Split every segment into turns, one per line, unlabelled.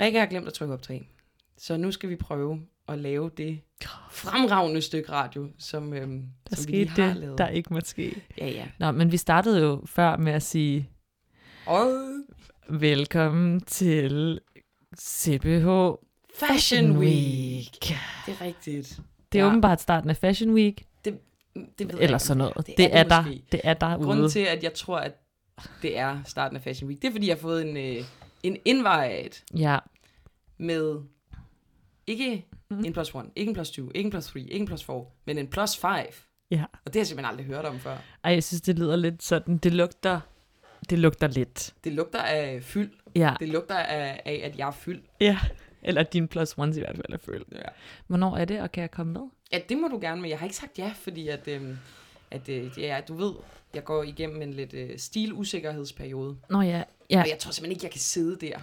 Rikke har glemt at trykke optag. Så nu skal vi prøve at lave det fremragende stykke radio, som, øhm,
Der
som vi lige
skete
har
det,
lavet.
der ikke måtte ske.
Ja, ja.
Nå, men vi startede jo før med at sige,
Og
velkommen til CBH
Fashion Week. Det er rigtigt.
Det er
Ja.
ja. åbenbart starten af Fashion Week,
Det ved jeg
eller
ikke,
sådan
om
noget.
Det
Det,
er
det er,
det
der,
måske.
det er derude.
Grunden til, at jeg tror, at det er starten af Fashion Week, det er, fordi jeg har fået en, øh, en invite
Ja,
med ikke
Mhm.
en plus one, ikke en plus two, ikke en plus three, ikke en plus four, men en plus five.
ja.
Og det har jeg simpelthen aldrig hørt om før.
Ej, jeg synes, det lyder lidt sådan, det lugter, det lugter lidt.
Det lugter af fyld.
Ja,
Det lugter af, af at jeg er fyld.
ja. Eller din plus ones i hvert fald er følt.
Ja.
Hvornår er det, og kan jeg komme med?
ja, det må du gerne, men jeg har ikke sagt ja, fordi at, øhm, at øh, det er, du ved, jeg går igennem en lidt øh, stilusikkerhedsperiode.
Nå ja, ja.
Og jeg tror simpelthen ikke, jeg kan sidde der.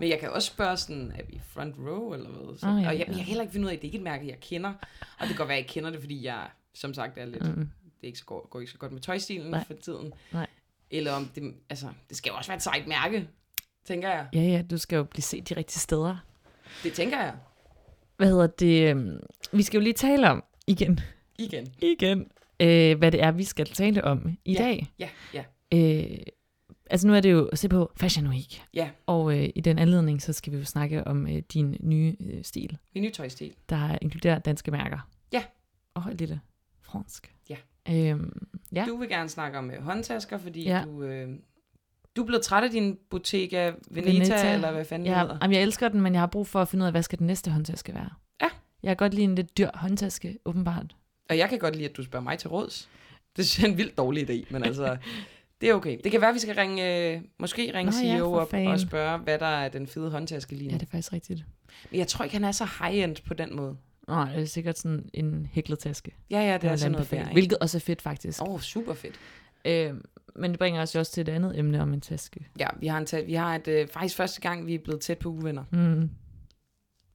Men jeg kan også spørge sådan, er vi i front row eller hvad? Så, oh,
Åh,
ja,
ja,
og jeg,
ja.
jeg kan heller ikke finde ud af, at det ikke er et mærke, jeg kender. Og det kan godt være, at jeg kender det, fordi jeg som sagt er lidt, mm.
Mm.
det er ikke så går, går ikke så godt med tøjstilen Nej.
Nej.
for tiden.
Nej.
Eller om det, altså, det skal jo også være et sejt mærke, tænker jeg.
Ja, ja, du skal jo blive set de rigtige steder.
Det tænker jeg.
Hvad hedder det? øhm, Vi skal jo lige tale om, igen,
Igen.
igen, øh, hvad det er, vi skal tale om i
Ja.
dag.
Ja, ja.
Øh, altså nu er det jo at se på Fashion Week.
Ja.
Og øh, i den anledning, så skal vi jo snakke om øh, din nye øh, stil,
Min nye tøjstil.
der inkluderer danske mærker.
Ja.
Og et lille fransk.
Ja.
Øhm, ja.
Du vil gerne snakke om øh, håndtasker, fordi ja.
Ja.
du, øh, du er blevet træt af din Bottega Veneta, Veneta.
Veneta.
eller hvad fanden ja.
ja
hedder.
jamen, jeg elsker den, men jeg har brug for at finde ud af, hvad skal den næste håndtaske være.
Ja.
Jeg kan godt lide en lidt dyr håndtaske, åbenbart.
Og jeg kan godt lide, at du spørger mig til råds. Det synes jeg er en vildt dårlig idé, men altså, det er okay. Det kan være, at vi skal ringe, øh, måske ringe
Nå
Nå,
ja,
CEO
for
op
fanden.
og spørge, hvad der er den fede håndtaske lige
Ja,
nu.
det er faktisk rigtigt.
Men jeg tror ikke, han er så high-end på den måde.
Nej, det er sikkert sådan en hæklet taske.
Ja, ja, det
Jeg
er
vil
sådan noget
anbefale,
der. ikke?
Hvilket også er fedt, faktisk.
Åh, oh, super fedt.
Øh, men det bringer os jo også til et andet emne om en taske.
Ja, vi har, en ta- vi har et, øh, faktisk første gang, vi er blevet tæt på uvenner,
Mm.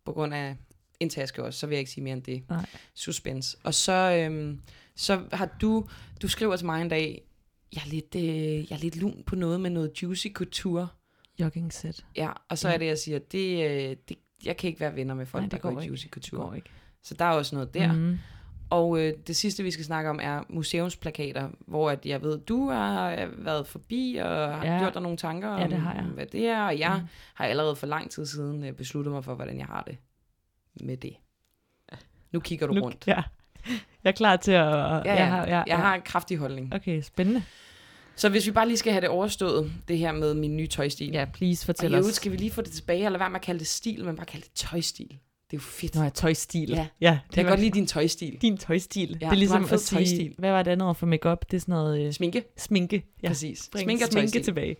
på grund af en taske også, så vil jeg ikke sige mere end det.
Nej.
Suspense. Og så, øhm, så har du, du skriver til mig en dag, jeg er, lidt, øh, jeg er lidt lun på noget med noget juicy couture.
Jogging set.
Ja, og så
Ja.
er det, jeg siger, det, øh, det, jeg kan ikke være venner med folk,
Nej,
der
det går
går i
ikke.
juicy
Det
couture.
går ikke.
Så der er også noget der. Mm.
Mm.
Og øh, det sidste, vi skal snakke om, er museumsplakater, hvor at jeg ved, du har øh, været forbi og har ja.
Ja.
gjort dig nogle tanker om,
Ja, det har jeg.
hvad det er, og jeg mm.
Mm.
har allerede for lang tid siden øh, besluttet mig for, hvordan jeg har det med det. Nu kigger du nu, rundt.
Ja. Jeg er klar til at... Ja,
ja.
Jeg har, ja,
Jeg har en kraftig holdning.
Okay, spændende.
Så hvis vi bare lige skal have det overstået, det her med min nye tøjstil.
Ja, please
og i
fortæl
øvrigt
os.
skal vi lige få det tilbage, eller hvad med at kalde det stil, men bare kalde det tøjstil. Det er jo fedt.
Nå, ja, tøjstil.
Ja.
ja det
Jeg kan
var
godt lide din tøjstil.
din tøjstil.
du
det
har
er
en
ligesom
fed
at sige,
tøjstil.
hvad var det andet ord for makeup? Det er sådan noget øh,
Sminke,
sminke.
ja.
Ja.
præcis.
Bring
Sminke og
sminke
tøjstil.
tilbage.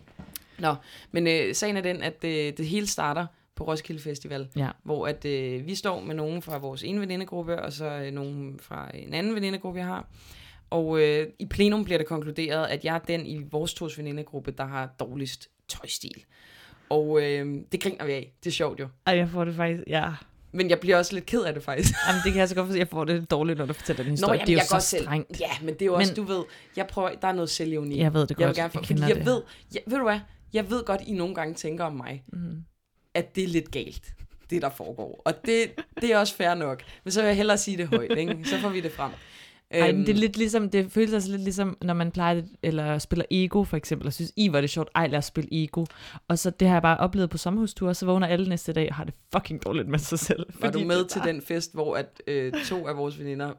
Men øh, sagen er den, at øh, det hele starter på Roskilde Festival,
Ja.
hvor at øh, vi står med nogen fra vores ene venindegruppe, og så øh, nogen fra en anden venindegruppe, jeg har. Og øh, i plenum bliver det konkluderet, at jeg er den i vores tos venindegruppe, der har dårligst tøjstil. Og øh, det griner vi af. Det er sjovt jo.
Ej, jeg får det faktisk... Ja.
Men jeg bliver også lidt ked af det faktisk.
Jamen, det kan jeg så godt forstå. Jeg får det dårligt, når du fortæller den historie.
jamen,
det er
jeg
jo
går
så
selv.
strengt.
Ja, men det er jo også,
Men-
du ved, jeg prøver, der er noget selvjævni.
Jeg ved det godt.
Jeg vil gerne, for, fordi
kender
jeg
det.
ved, jeg, ved du hvad, jeg ved godt, I nogle gange tænker om mig,
Mm.
at det er lidt galt, det der foregår. Og det, det er også fair nok. Men så vil jeg hellere sige det højt, ikke? Så får vi det frem. Øhm,
Ej, men det er lidt ligesom, det føles altså lidt ligesom, når man plejer det, eller spiller Ego for eksempel, og synes, I var det sjovt, ej lad os spille Ego. Og så det har jeg bare oplevet på sommerhusture, så vågner alle næste dag og har det fucking dårligt med sig selv.
var du
fordi
med
det
til
bare-
den fest, hvor at, øh, to af vores veninder,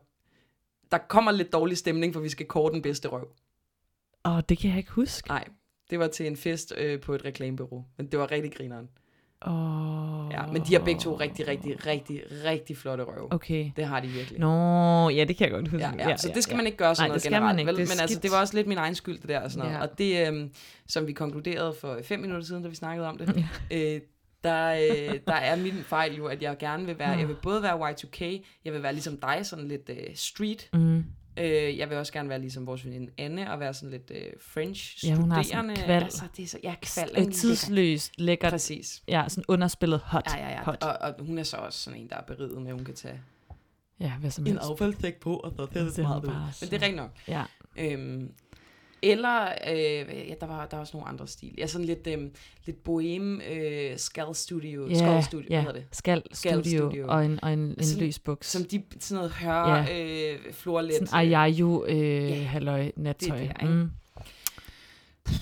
der kommer lidt dårlig stemning, for vi skal kåre den bedste røv.
Åh, det kan jeg ikke huske.
Nej, det var til en fest øh, på et reklamebureau. Men det var rigtig grineren.
Åh.
Ja, men de har begge to rigtig, rigtig, rigtig, rigtig flotte røv.
Okay.
Det har de virkelig.
Nå, ja, det kan jeg godt huske.
Ja, ja, så det skal man ikke gøre sådan
Nej,
noget
det skal
generelt.
man ikke.
Vel?
Det er
Men altså,
skidt.
det var også lidt min egen skyld, det der og sådan noget.
Ja.
Og det, øhm, som vi konkluderede for fem minutter siden, da vi snakkede om det,
Ja.
øh, der, øh, der er min fejl jo, at jeg gerne vil være,
Nå.
jeg vil både være Y2K, jeg vil være ligesom dig, sådan lidt øh, street,
Mm.
øh, jeg vil også gerne være ligesom vores veninde Anne, og være sådan lidt øh, French
Ja, hun har sådan
studerende.
kval.
Altså, det er så, ja, kval.
Øh,
ikke?
Tidsløst,
Lækkert.
lækkert,
Præcis.
ja, sådan underspillet hot.
Ja, ja, ja.
Hot.
Og, og, hun er så også sådan en, der er beriget med, at hun kan tage
Ja, hvad som
en
helst.
affaldstæk på, og så det er
Det er
meget ud.
bare
Men
så-
det er rigtigt nok.
Ja.
Øhm, Eller, øh, ja, der var, der var også nogle andre stil. Ja, sådan lidt, øh, lidt bohem, øh, skal studio, yeah, skal studio, yeah. hedder det?
Skal,
Skal
skal studio,
Studio.
studio, og en, og en, en
Sådan-
løs buks.
Som de sådan noget hør, yeah. øh, florlet.
Sådan ayayu, øh,
Ja,
yeah, halløj, nattøj.
det
Det
er, ikke?
Mm.
øh,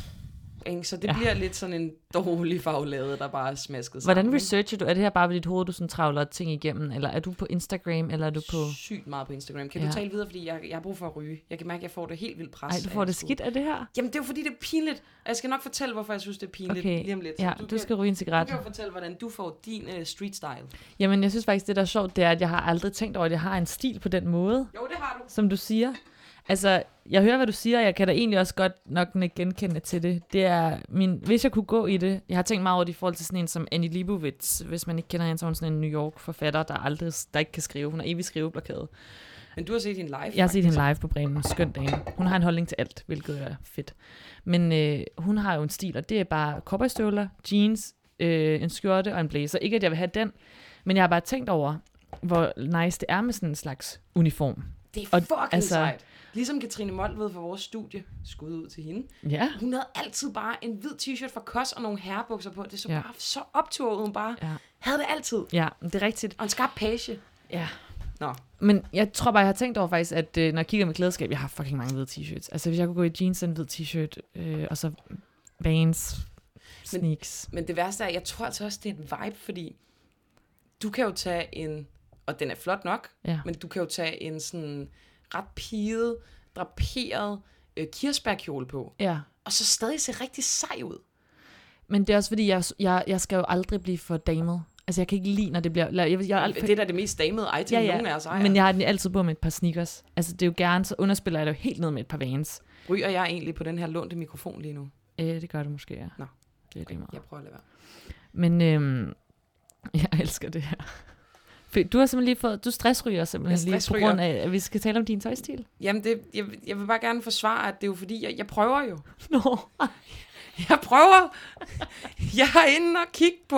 Ikke? Så det ja.
Ja.
bliver lidt sådan en dårlig faglade, der bare er smasket sammen.
Hvordan
ikke?
researcher du? Er det her bare ved dit hoved, du sådan travler ting igennem? Eller er du på Instagram, eller er du på...
Sygt meget på Instagram. Kan ja. du
Ja.
tale videre, fordi jeg, jeg har brug for at ryge. Jeg kan mærke, at jeg får det helt vildt pres.
Ej, du
af
får
at
det
skulle-
skidt af det her?
Jamen, det er jo fordi, det er pinligt. Og Jeg skal nok fortælle, hvorfor jeg synes, det er pinligt
Okay,
lige om lidt. Så
Ja,
du,
du
kan,
skal ryge en
du
cigaret.
kan jo fortælle, hvordan du får din uh, street style.
Jamen, jeg synes faktisk, det der er sjovt, det er, at jeg har aldrig tænkt over, at jeg har en stil på den måde,
Jo, det har du.
som du siger. Altså, jeg hører, hvad du siger, og jeg kan da egentlig også godt nok nikke genkende til det. Det er min... Hvis jeg kunne gå i det... Jeg har tænkt meget over det i forhold til sådan en som Annie Leibovitz. Hvis man ikke kender hende, så er hun sådan en New York-forfatter, der aldrig der ikke kan skrive. Hun har evig skriveblokade.
Men du har set hende live.
Jeg har set
faktisk.
hende live på Bremen. Skøn dame. Hun har en holdning til alt, hvilket er fedt. Men øh, hun har jo en stil, og det er bare cowboystøvler, jeans, øh, en skjorte og en blazer. Ikke, at jeg vil have den, men jeg har bare tænkt over, hvor nice det er med sådan en slags uniform.
Det er
og-
fucking altså...
altså-
sejt. Ligesom Katrine Molved fra vores studie. Skud ud til hende.
Ja.
Hun havde altid bare en hvid t-shirt fra Kos og nogle herrebukser på. Det så ja.
Ja.
bare så optur ud, hun bare ja.
Ja.
havde det altid.
Ja, det er rigtigt.
Og en skarp page.
Ja.
Nå.
Men jeg tror bare, jeg har tænkt over faktisk, at øh, når jeg kigger med klædeskab, jeg har fucking mange hvide t-shirts. Altså hvis jeg kunne gå i jeans og en hvid t-shirt, øh, og så Vans, sneaks.
Men det værste er, jeg tror altså også, det er en vibe, fordi du kan jo tage en, og den er flot nok,
Ja.
men du kan jo tage en sådan ret piget, draperet øh, kirsebærkjole på,
ja.
og så stadig se rigtig sej ud.
Men det er også fordi, jeg, jeg, jeg skal jo aldrig blive for damet. Altså jeg kan ikke lide, når det bliver... la- Jeg, jeg, er alt for-
Det er da det mest damede item, ja, ja. nogen af os ejer.
men
Men
jeg har den altid på med et par sneakers. Altså det er jo gerne, så underspiller jeg det jo helt ned med et par Vans.
Ryger jeg egentlig på den her lånte mikrofon lige nu?
Øh, det gør det måske, ja.
Nå.
Det er det meget.
Jeg prøver at lade være.
Men øhm, jeg elsker det her. For Du har simpelthen lige fået, du stressryger simpelthen
Jeg
lige
stressryger.
på grund af, at vi skal tale om din tøjstil.
Jamen, det, jeg, jeg vil bare gerne forsvare, at det er jo fordi, jeg, jeg prøver jo.
Nå,
Jeg prøver. Jeg er inde og kigge på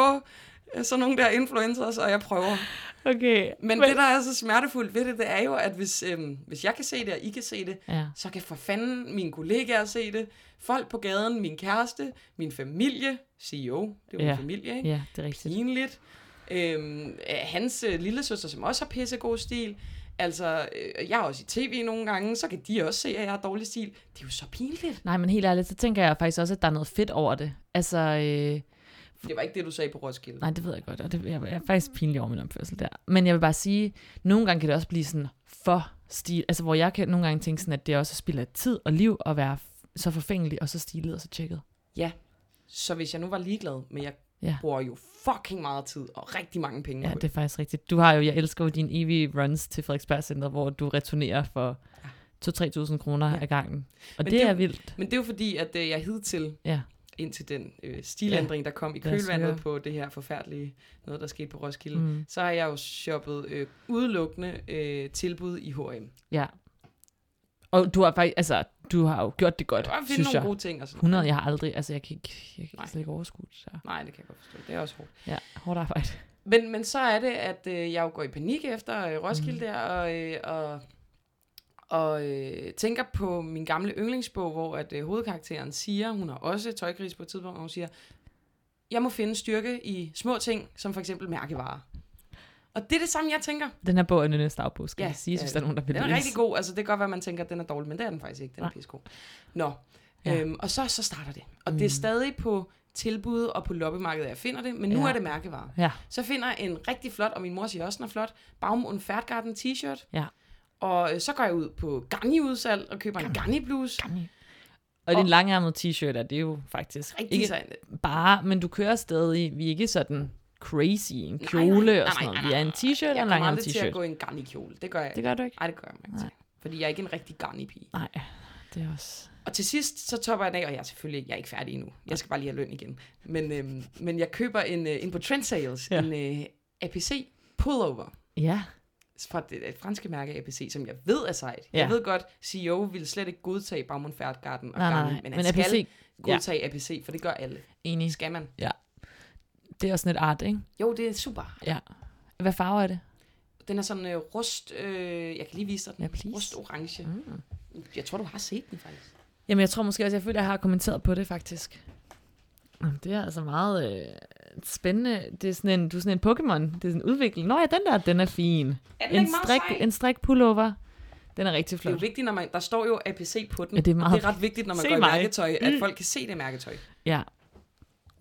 øh, sådan nogle der influencers, og jeg prøver.
okay.
Men, Men det, der er så smertefuldt ved det, det er jo, at hvis, øhm, hvis jeg kan se det, og I kan se det,
Ja.
så kan for fanden mine kollegaer se det, folk på gaden, min kæreste, min familie, CEO, det er jo ja.
Ja.
en familie, ikke? Ja.
ja, det er rigtigt.
Pinligt. Øhm, øh, hans øh, lillesøster, som også har pissegod stil, altså, øh, jeg er også i tv nogle gange, så kan de også se, at jeg har dårlig stil. Det er jo så pinligt.
Nej, men helt ærligt, så tænker jeg faktisk også, at der er noget fedt over det. Altså, øh,
Det var ikke det, du sagde på Roskilde.
Nej, det ved jeg godt, og det, jeg, jeg er faktisk pinlig over min opførsel der. Men jeg vil bare sige, nogle gange kan det også blive sådan for stil, altså hvor jeg kan nogle gange tænke sådan, at det også spiller tid og liv at være f- så forfængelig og så stilet og så tjekket.
Så hvis jeg nu var ligeglad, men jeg ja.
Ja.
bruger jo fucking meget tid og rigtig mange penge
Ja,
på
det er faktisk rigtigt. Du har jo, jeg elsker jo dine evige runs til Frederiksberg Center, hvor du returnerer for 2-3.000 kroner
Ja.
ja. ad gangen. Og
Men
det,
det er
det er
jo-
vildt.
Men det er jo fordi, at øh, jeg hidtil,
Ja.
indtil den øh, stilændring, der kom i
Lad os
kølvandet
høre.
på det her forfærdelige noget, der skete på Roskilde, mm.
Mm.
så har jeg jo shoppet øh, udelukkende øh, tilbud i H&M.
Ja. Og du har faktisk, altså, du har jo gjort det godt,
Jeg har finde
synes
nogle
jeg.
gode ting og sådan
100, jeg har aldrig, altså jeg kan ikke, jeg
Nej.
kan slet ikke overskue det. Så.
Nej, det kan jeg godt forstå. Det er også hårdt.
Ja, hårdt arbejde.
Men, men så er det, at øh, jeg jo går i panik efter øh, Roskilde mm.
Mm.
der, og, øh, og, og øh, tænker på min gamle yndlingsbog, hvor at øh, hovedkarakteren siger, hun har også tøjkris på et tidspunkt, og hun siger, jeg må finde styrke i små ting, som for eksempel mærkevarer. Og det er det samme, jeg tænker.
Den her bog er Nynnes dagbog, skal
Ja,
ja, jeg sige,
det er
hvis der er nogen, der vil
Den er
læse.
rigtig god. Altså, det kan godt være, at man tænker, at den er dårlig, men det er den faktisk ikke. Den er
Nej.
pissegod. Nå,
Ja.
øhm, og så, så starter det. Og mm. det er
Mm.
stadig på tilbud og på loppemarkedet, jeg finder det, men nu ja.
Ja.
er det mærkevarer.
Ja.
Så finder jeg en rigtig flot, og min mor siger også, den er flot, Baum und Ferdgarten t-shirt.
Ja.
Og øh, så går jeg ud på Garni-udsalg og køber en Garni-bluse.
Og din langærmede t-shirt er det jo faktisk
Rigtig
ikke
sejt.
bare, men du kører stadig, vi er ikke sådan crazy, i en
Nej,
kjole
nej,
og
nej,
sådan noget.
nej,
Vi er en t-shirt og
Jeg
en
kommer
langærmet
aldrig til at
t-shirt.
gå i en Garni-kjole. Det gør jeg
Det
ikke.
gør du ikke?
Ej, det gør jeg ikke.
Nej.
Fordi jeg er ikke en rigtig Garni-pige.
Nej, det er også...
Og til sidst, så topper jeg den af, og jeg er selvfølgelig jeg er ikke færdig endnu. Jeg skal bare lige have løn igen. Men, øhm, men jeg køber en, øh, en på Trend Sales, ja.
Ja.
en øh, APC pullover
Ja,
fra det, det franske mærke APC, som jeg ved er sejt. Ja.
Ja.
Jeg ved godt, CEO ville slet ikke godtage Baumund Færdgarten og
nej, nej,
Garmin,
nej.
men
Men,
han
men
men skal
APC,
godtage APC, for det gør alle.
enig.
Skal man?
Det er også sådan et art, ikke?
Jo, det er super.
Ja. Hvad farve er det?
Den er sådan øh, rust, øh, jeg kan lige vise dig den.
Ja, please.
Rust orange.
Mm.
Jeg tror, du har set den faktisk.
Jamen, jeg tror måske også, jeg føler, at jeg har kommenteret på det, faktisk. Jamen, Det er altså meget øh, spændende. Det er sådan en, du er sådan en Pokémon. Det er sådan en udvikling. Nå ja, den der, den er fin.
Er den
En
ikke meget
strik,
sej?
en strik pullover. Den er rigtig
Det er jo
flot.
vigtigt, når man... Der står jo APC på den.
Ja, det er
og
meget-
det er ret vigtigt, når man
Se
går i
mig. Mm.
mærketøj, at folk kan se det mærketøj.
Ja.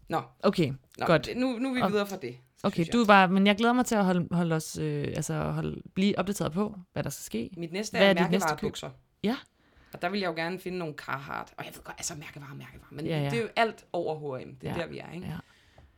Nå.
Okay,
Nå,
Godt.
det- Nu, nu er vi
Og-
videre fra det.
okay.
synes jeg.
Du var, men jeg glæder mig til at holde, holde os, øh, altså holde, blive opdateret på, hvad der skal ske.
Mit næste
Hvad
er,
er
er
dit næste køb?
mærkevarebukser.
Ja.
Og der vil jeg jo gerne finde nogle Carhartt. Og jeg ved godt, altså mærkevarer, mærkevarer. Men
Ja,
ja,
ja.
ja. det er jo alt over H&M. Det er
Ja,
ja, der, vi er, ikke?
ja.
Ja.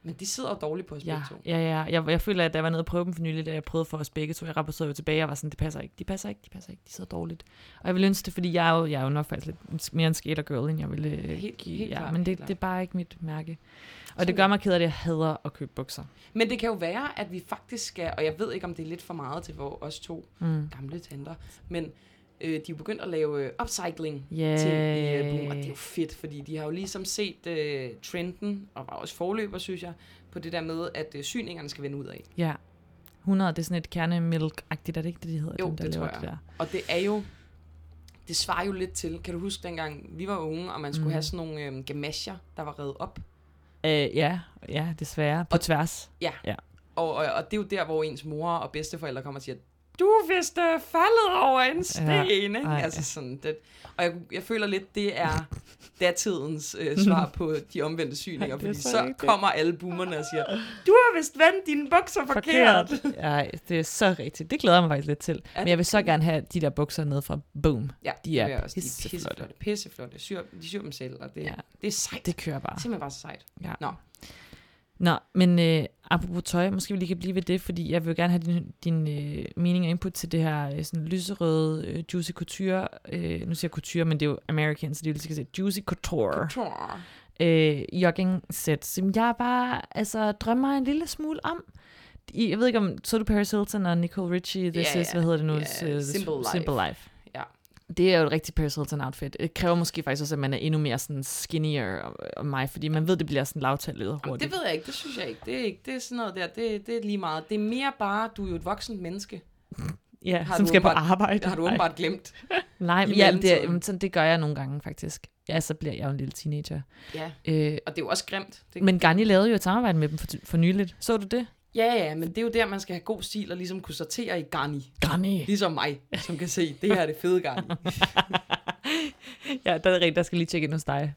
Men de sidder jo dårligt på os
Ja,
begge to.
ja, ja. Jeg, jeg føler, at da jeg var nede og prøve dem for nylig, da jeg prøvede for os begge to, jeg rapporterede jo tilbage, og var sådan, det passer ikke, de passer ikke, de passer ikke, de sidder dårligt. Og jeg vil ønske det, fordi jeg er jo, jeg er jo nok faktisk lidt mere en skater girl, end jeg ville øh,
Helt-
give.
helt
ja,
klart,
men
helt
det,
klart.
det, er bare ikke mit mærke. Og
Sådan
det gør mig ked af det, jeg hader at købe bukser.
Men det kan jo være, at vi faktisk skal, og jeg ved ikke, om det er lidt for meget til vores os to
Mm.
gamle tanter, men øh, de er jo begyndt at lave øh, upcycling
Yeah.
til øh, Boom, og det er jo fedt, fordi de har jo ligesom set øh, trenden, og var også forløber, synes jeg, på det der med, at øh, syningerne skal vende ud af.
Ja. 100, det er sådan et kernemælk-agtigt, er det ikke det, de hedder?
Jo,
dem, der
det
laver
tror
Det der.
Og det er jo, det svarer jo lidt til, kan du huske dengang, vi var unge, og man skulle
Mhm.
mm. have sådan nogle øh, gamasjer, der var revet op.
Øh, ja, ja, desværre. På og, tværs.
Og, og, og det er jo der, hvor ens mor og bedsteforældre kommer og siger, du er vist øh, faldet over en sten, ja, ikke?
ej.
altså sådan det. Og jeg, jeg føler lidt, det er datidens øh, svar på de omvendte syninger,
Ej, det er
fordi
så
så, så
rigtigt.
kommer alle boomerne og siger, du har vist vendt dine bukser forkert. forkert.
Nej, det er så rigtigt. Det glæder jeg mig faktisk lidt til.
Ja,
Men jeg vil så gerne have de der bukser ned fra Boom.
Ja,
De er
det vil jeg også. de er
pisseflotte.
pisseflotte. Pisseflotte. Syr, de syr dem selv, og det,
Ja. Ah.
ja. det er sejt. Det
Det kører bare.
er simpelthen bare så sejt.
Ja.
Nå.
Nå, men øh, apropos tøj, måske vi lige kan blive ved det, fordi jeg vil jo gerne have din, din øh, mening og input til det her øh, sådan lyserøde øh, Juicy Couture. Øh, nu siger jeg couture, men det er jo American, så det er jo lige så sige Juicy Couture
Couture.
øh, jogging sæt, som jeg bare altså, drømmer en lille smule om. I- Jeg ved ikke om, så du Paris Hilton og Nicole Richie, this
Ja,
is,
ja.
hvad hedder det nu?
Ja,
S- øh,
Simple Life.
Simple Life.
Ja.
Det er jo et rigtigt Paris Hilton outfit. Det kræver måske faktisk også, at man er endnu mere sådan skinnier og- og mig, fordi man ved, det bliver sådan lavtallet
Jamen,
hurtigt.
det ved jeg ikke, det synes jeg ikke. Det er, ikke, det er sådan noget der, det, det er lige meget. Det er mere bare, du er jo et voksent menneske.
Ja,
Har
som
du
skal på
åbenbart- Det
arbejde.
har du åbenbart glemt.
Nej,
i
men ja, men det,
mellemtiden.
jamen, sådan, det gør jeg nogle gange faktisk. Ja, så bliver jeg jo en lille teenager.
Ja,
Øh,
og det er jo også grimt. Det,
men Garni lavede jo et samarbejde med dem for, for nyligt. Så du det?
ja, ja, men det er jo der, man skal have god stil og ligesom kunne sortere i garni.
Garni!
Ligesom mig, som kan se, det her er det fede garni.
Ja, der er rigtigt, der skal lige tjekke ind hos dig.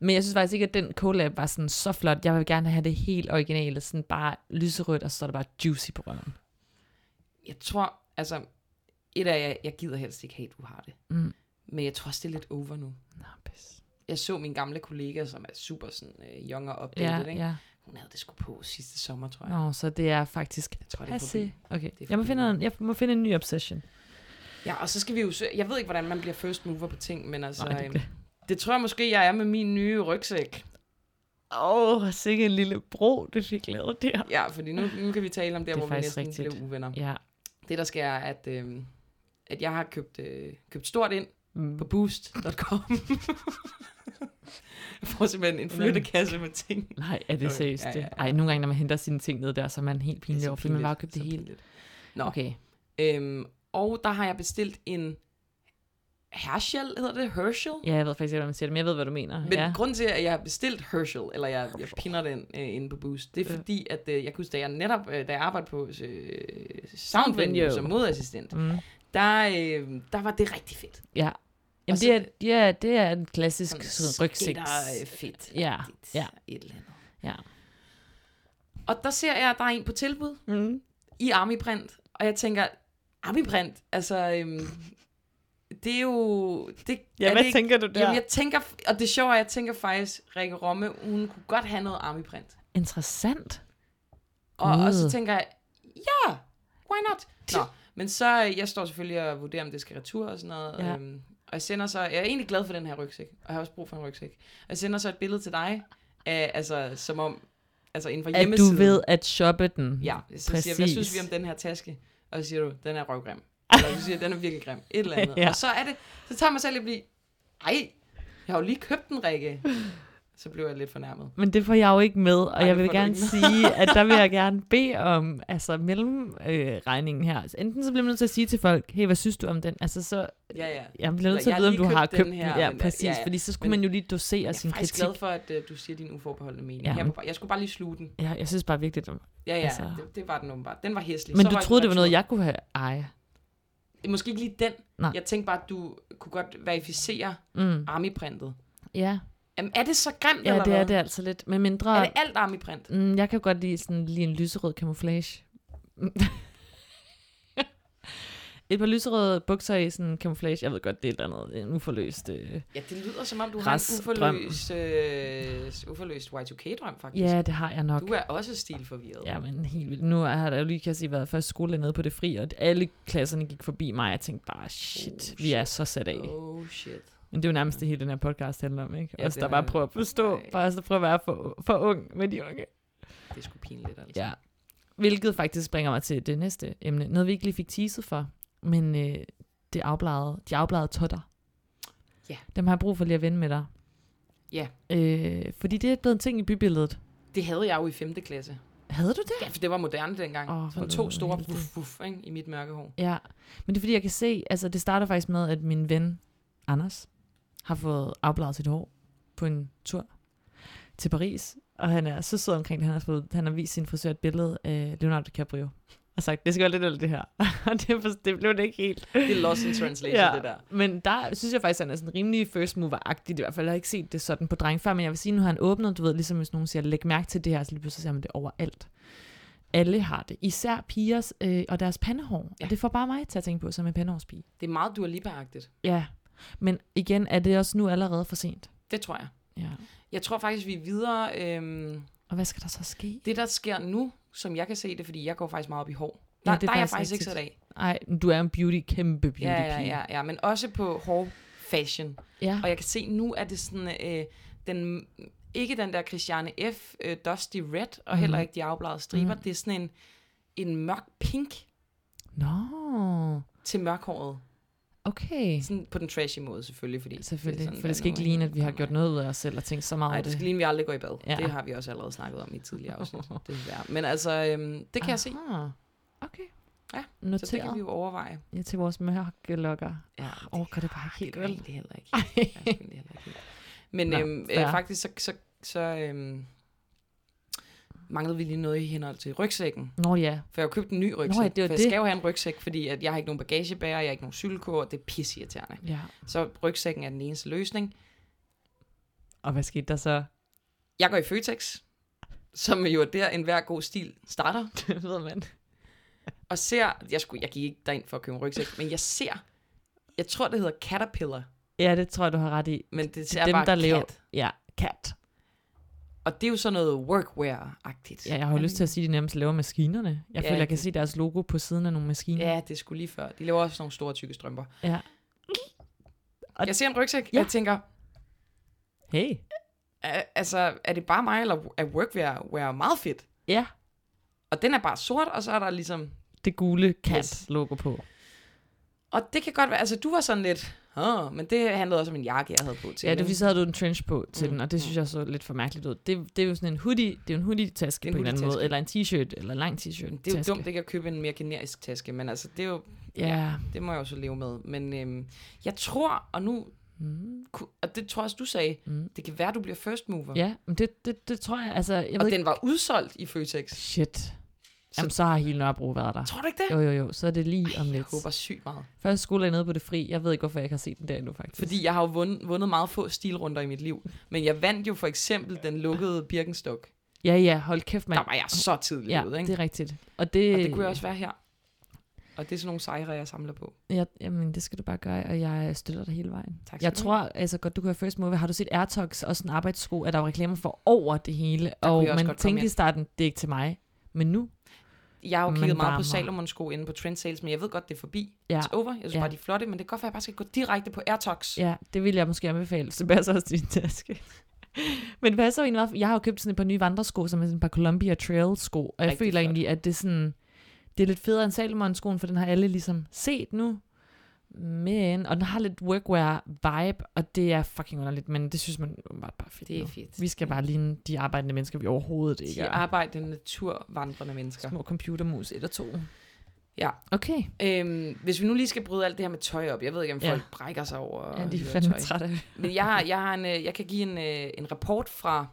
Men jeg synes faktisk ikke, at den collab var sådan så flot. Jeg vil gerne have det helt originale, sådan bare lyserødt, og så er der bare juicy på røven.
Jeg tror, altså, et af jeg, jeg gider helst ikke have, at du har det.
Mm.
Men jeg tror også, det er lidt over nu.
Nå, pis.
Jeg så min gamle kollega, som er super sådan øh, young og updated,
Ja,
ikke?
ja.
Hun havde det sgu på sidste sommer, tror jeg.
Nå, så det er faktisk...
Jeg tror, det er
Passe.
forbi.
Okay,
Det er
jeg må,
forbi
finde
nu.
en, jeg må finde en ny obsession.
Ja, og så skal vi jo... sø- Jeg ved ikke, hvordan man bliver first mover på ting, men altså...
Nej, det
øhm,
bliver-
Det tror jeg måske, jeg er med min nye rygsæk.
Åh, oh, sikke en lille bro, det fik lavet der.
Ja, fordi nu, nu kan vi tale om der,
Det er
hvor vi
faktisk
næsten
rigtigt.
blev uvenner.
Ja.
Det, der sker, er, at, øh, at jeg har købt, øh, købt stort ind
Mm.
på boost.com. jeg får simpelthen en flyttekasse med ting.
Nej, er det
Okay,
seriøst
ja,
det?
ja, ja.
Ej, nogle gange, når man henter sine ting ned der, så er man helt
Det er
pinlig
så
over, fordi man
Altså, pinligt,
bare har købt
så
det hele.
pinligt. Nå.
Okay.
Øhm, og der har jeg bestilt en Herschel, hedder det? Herschel?
Ja, jeg ved faktisk ikke, hvad man siger det, men jeg ved, hvad du mener.
Men
ja.
ja. grunden til, at jeg har bestilt Herschel, eller jeg, jeg pinner den øh, inde på Boost, det er
Ja.
fordi, at øh, jeg kunne huske, da jeg netop, øh, da jeg arbejdede på øh, Sound Venue som modassistent,
Mm.
der, øh, der var det rigtig fedt.
Ja. Jamen,
så-
det, er, ja, det er en klassisk rygsæk.
skater, øh, fedt.
Ja,
rigtigt,
ja.
Et eller andet.
Ja.
Og der ser jeg, at der er en på tilbud
Mm.
i armiprint, og jeg tænker, armiprint, altså, øhm, det er jo... Det, er det ikke-
tænker du
Jamen, jeg tænker, og det sjove er, at jeg tænker faktisk, Rikke Romme, hun kunne godt have noget armiprint.
Interessant.
Og, og så
Gud.
tænker jeg, ja, why not? Nå, men så, øh, jeg står selvfølgelig og vurderer, om det skal retur og sådan noget.
Ja.
Ja. Øhm, og jeg sender så, jeg er egentlig glad for den her rygsæk, og jeg har også brug for en rygsæk. Og jeg sender så et billede til dig, af, altså som om, altså inden for
At
hjemmesiden.
du ved at shoppe den.
Ja, så Præcis. siger jeg, hvad synes vi om den her taske? Og så siger du, den er røvgrim. Eller du siger, den er virkelig grim. Et eller andet.
Ja.
ja. Og så er det, så tager man selv lige, ej, jeg har jo lige købt den, Rikke. så blev jeg lidt fornærmet.
Men det får jeg jo ikke med, og
Ej,
Ej, jeg
det
vil
får du
gerne
ikke med.
sige, at der vil jeg gerne bede om altså mellemregningen øh, regningen her. Altså, enten så bliver man nødt til at sige til folk, hey, hvad synes du om den? Altså så,
Ja, ja.
jeg bliver nødt til
Eller, "Jeg
at vide,
har
om du
lige
har
købt
købt
den
den
her,
her. Ja,
men, øh,
præcis,
ja, ja.
fordi så skulle
Men-
man jo lige dosere
Jeg er
sin
faktisk
kritik.
glad for, at øh, du siger din uforbeholdende mening.
Ja.
Ja. Jeg, var, bare- jeg skulle bare lige sluge den.
Ja, jeg synes bare virkelig, det var...
Ja, ja,
Altså.
altså. det, det, var den åbenbart. Den var hæslig.
Men
Så
du
jeg
troede, det var
på
noget, jeg kunne have ejet.
reaktion. Måske ikke lige den.
Nej.
Nej. Jeg tænkte bare, at du kunne godt verificere
Mm.
armiprintet.
Ja.
Jamen, er det så grimt,
ja,
Ah. eller
det er
hvad?
det altså lidt. Med mindre...
Er det alt armiprint?
Mm, jeg kan jo godt lide sådan lige en lyserød camouflage. et par lyserøde bukser i sådan en camouflage. Jeg ved godt, det er et eller andet en uforløst... Øh.
Ja, det lyder som om, du
Græs-
har
drøm.
en uforløst, øh, uforløst Y2K-drøm, faktisk.
Ja, det har jeg nok.
Du er også stilforvirret.
ligesom Ja, men helt vildt. Nu har der jo lige kan jeg sige, været første skole nede på det fri, og alle klasserne gik forbi mig, og jeg tænkte bare, shit,
Oh,
vi er så sat af.
Oh shit.
Men det er jo nærmest det hele, den her podcast handler om, ikke?
Ja,
Ja, os,
det
der
er-
bare prøver at forstå,
Ej.
bare os, der prøver at være for, for ung med de unge.
Det er sgu pinligt, altså.
Ja. Hvilket faktisk bringer mig til det næste emne. Noget, vi ikke lige fik teaset for, men øh, det afbladede, de afbladede totter.
Ja.
Dem har jeg brug for lige at vende med dig.
Ja.
Øh, fordi det er blevet en ting i bybilledet.
Det havde jeg jo i 5. klasse.
Havde du det?
Ja, for det var moderne dengang.
Åh,
Oh,
hvor
Sådan to
du
store
heldig.
puff, puff, ikke? i mit mørke hår.
Ja. Men det er fordi, jeg kan se, altså det starter faktisk med, at min ven Anders har fået afbladet sit hår på en tur til Paris. Og han er så sød omkring det. Han har, fået, han har vist sin frisør et billede af Leonardo DiCaprio. Og sagt, det skal være lidt af det her. Og det, for- det blev det ikke helt.
Det er lost in translation, ja. det der.
Men der synes jeg faktisk, at han er sådan rimelig first mover-agtigt. I hvert fald jeg har ikke set det sådan på dreng før, men jeg vil sige, nu har han åbnet, du ved, ligesom hvis nogen siger, læg mærke til det her, så lige pludselig ser man det overalt. Alle har det. Især pigers øh, og deres pandehår. Ja.
Ja.
Og det får bare mig til at tænke på, som en pandehårspige.
Det er meget dualipa-agtigt.
Ja. Men igen, er det også nu allerede for sent?
Det tror jeg.
Ja.
Jeg tror faktisk, vi er videre. Øhm,
Og hvad skal der så ske?
det, der sker nu, som jeg kan se det, fordi jeg går faktisk meget op i hår.
Ja,
Der, ja,
det er
der er jeg
faktisk
faktisk ikke
rigtigt.
så af.
Nej, du er en beauty, kæmpe beauty
Ja, ja, ja, ja, men også på hår fashion.
ja.
Og jeg kan se nu, at det sådan, øh, den, ikke den der Christiane F. Øh, Dusty Red, og heller
Mhm.
ikke de afbladede striber.
Mhm.
Det er sådan en, en mørk pink
Nå,
til mørkhåret.
okay.
Sådan på den trashy måde selvfølgelig. Fordi
Selvfølgelig,
sådan,
for
den
det skal ikke
nu er.
ligne, at vi har gjort
Nej.
noget ud af os selv og tænkt så meget
Nej,
over
det
det.
skal ligne, at vi aldrig går i bad.
Ja.
Ja. Det har vi også allerede snakket om i et tidligere afsnit. Desværre. Men altså, øhm, det kan jeg se.
Aha. Okay.
Ja,
Ah, Noteret
Så det kan vi jo overveje. Ah,
ja, til vores mørkelokker.
Ja,
Åh, kan det bare ikke helt
det
vel?
kan det heller ikke. Det kan det heller ikke. Men
Nå,
øhm, øh,
fair.
faktisk så, så, så øhm, manglede vi lige noget i henhold til rygsækken.
Nå ja.
For jeg har købt en ny rygsæk.
Nå, ja, det var
for jeg
det.
skal jo have en rygsæk, fordi at jeg har ikke nogen bagagebærer, jeg har ikke nogen sylkår, det er pisseirriterende.
ja.
Så rygsækken er den eneste løsning.
Og hvad skete der så?
Jeg går i Føtex, som jo er der enhver god stil starter.
Det ved man.
og ser, jeg, skulle, jeg gik ikke derind for at købe en rygsæk, men jeg ser, jeg tror det hedder Caterpillar,
Ja, det tror jeg, du har ret i.
men det
Det
ser
er dem,
bare
der
kat.
lever. Ja, kat.
Og det er jo sådan noget workwear-agtigt.
Ja, jeg har jo lyst til at sige, at de nærmest laver maskinerne. Jeg
Ja,
føler, jeg kan
det-
se deres logo på siden af nogle maskiner.
Ja, det skulle lige før. De laver også sådan nogle store tykke strømper.
ja. Og-
Og jeg ser en rygsæk,
Ja.
ja. jeg tænker,
Hey.
"Er- altså er det bare mig, eller er workwear wear meget fedt?
Ja,
Og den er bare sort, og så er der ligesom...
det gule
Yes.
kat-logo på.
Og det kan godt være, altså du var sådan lidt, Åh, men det handlede også om en jakke, jeg havde på til.
Ja, det
ikke?
er fordi, så havde du en trench på til
Mm,
den, og det synes jeg så lidt for mærkeligt ud. Det, det er jo sådan en hoodie, det er jo en hoodie-taske
Det er en
på en eller anden måde,
hoodie-taske.
eller en t-shirt, eller en lang t-shirt.
Men det er jo dumt ikke at købe en mere generisk taske, men altså, det, er jo,
Ja.
det må jeg jo så leve med. Men øhm, jeg tror, og nu
Mm,
ku- og det tror jeg også, du sagde,
mm.
det kan være, du bliver first mover.
Ja, men det, det, det tror jeg, altså, jeg
og
ved
den var udsolgt i Føtex.
ikke. Shit. Jamen, så har hele Nørrebro været der.
Tror du ikke det?
Jo, jo, jo, så er det lige om
Jeg
lidt.
håber sygt meget.
Først skulle jeg nede på det fri. Jeg ved ikke, hvorfor jeg ikke har set den der endnu, faktisk.
Fordi jeg har jo vundet, vundet meget få stilrunder i mit liv. Men jeg vandt jo for eksempel den lukkede Birkenstock.
Ja, ja, hold kæft, mand.
Der var jeg så tidlig
Ja,
ude, ikke?
det er rigtigt. Og det,
Og det kunne jeg også være her. Og det er sådan nogle sejre, jeg samler på.
Ja, jamen, det skal du bare gøre, og jeg støtter dig hele vejen.
Tak skal
Jeg
du have.
tror altså godt, du kan være first mover. Har du set Airtox og sådan en arbejdssko, at der er jo reklamer for over det hele?
kunne
og
jeg også
man
godt komme
tænkte i
ind.
starten, det er ikke til mig. Men nu,
Jeg har jo
Men
kigget meget på
varmere.
Salomons sko inde på Trend Sales, men jeg ved godt, det er forbi.
ja,
It's over. Jeg synes
Ja.
bare, de er flotte, men det kan godt være, at jeg bare skal gå direkte på Airtox.
ja det vil jeg måske anbefale. Så bærer så også din taske. Men hvad så egentlig? meget- Jeg har jo købt sådan et par nye vandresko, som er sådan et par Columbia Trail sko, og jeg
Rigtig
føler
flot.
egentlig, at det er sådan, det er lidt federe end Salomon skoen, for den har alle ligesom set nu. Men, og den har lidt workwear-vibe, og det er fucking underligt, men det synes man åbenbart bare er fedt
Det er
nu.
fedt.
Vi skal bare ligne de arbejdende mennesker, vi overhovedet ikke
de
er.
arbejdende naturvandrende mennesker.
Små computermus, et og to.
Ja.
Okay.
Øhm, hvis vi nu lige skal bryde alt det her med tøj op, jeg ved ikke, om
Ja.
folk brækker sig over
Ja, de er
at høre
fandme
tøj.
trætte af det.
Men jeg, har, jeg, har en, øh, jeg kan give en, øh, en rapport fra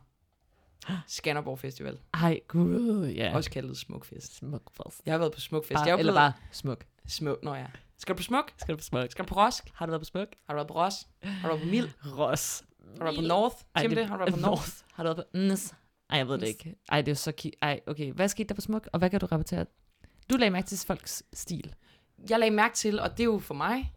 Skanderborg Festival,
Ej, gud, ja.
ja. også kaldet Smukfest.
smuk fest.
Jeg har været på Smukfest. jeg er
Bare,
jo
eller
blevet
bare smuk.
smuk. Nå ja. Skal du på Smuk?
Skal du på smuk?
Skal du på Rosk?
Har du været på smuk?
Har du været på Ros? Har du været på Mild?
Ros.
Har du været på North?
Ej,
Tim
det-
det? Har du været på North?
Har du været på Nis? Ej, jeg ved det
Nis.
ikke. Ej, det er jo så ki- Ej, okay. Hvad skete der på smuk, og hvad kan du rapportere? Du lagde mærke til folks stil.
Jeg lagde mærke til, og det er jo for mig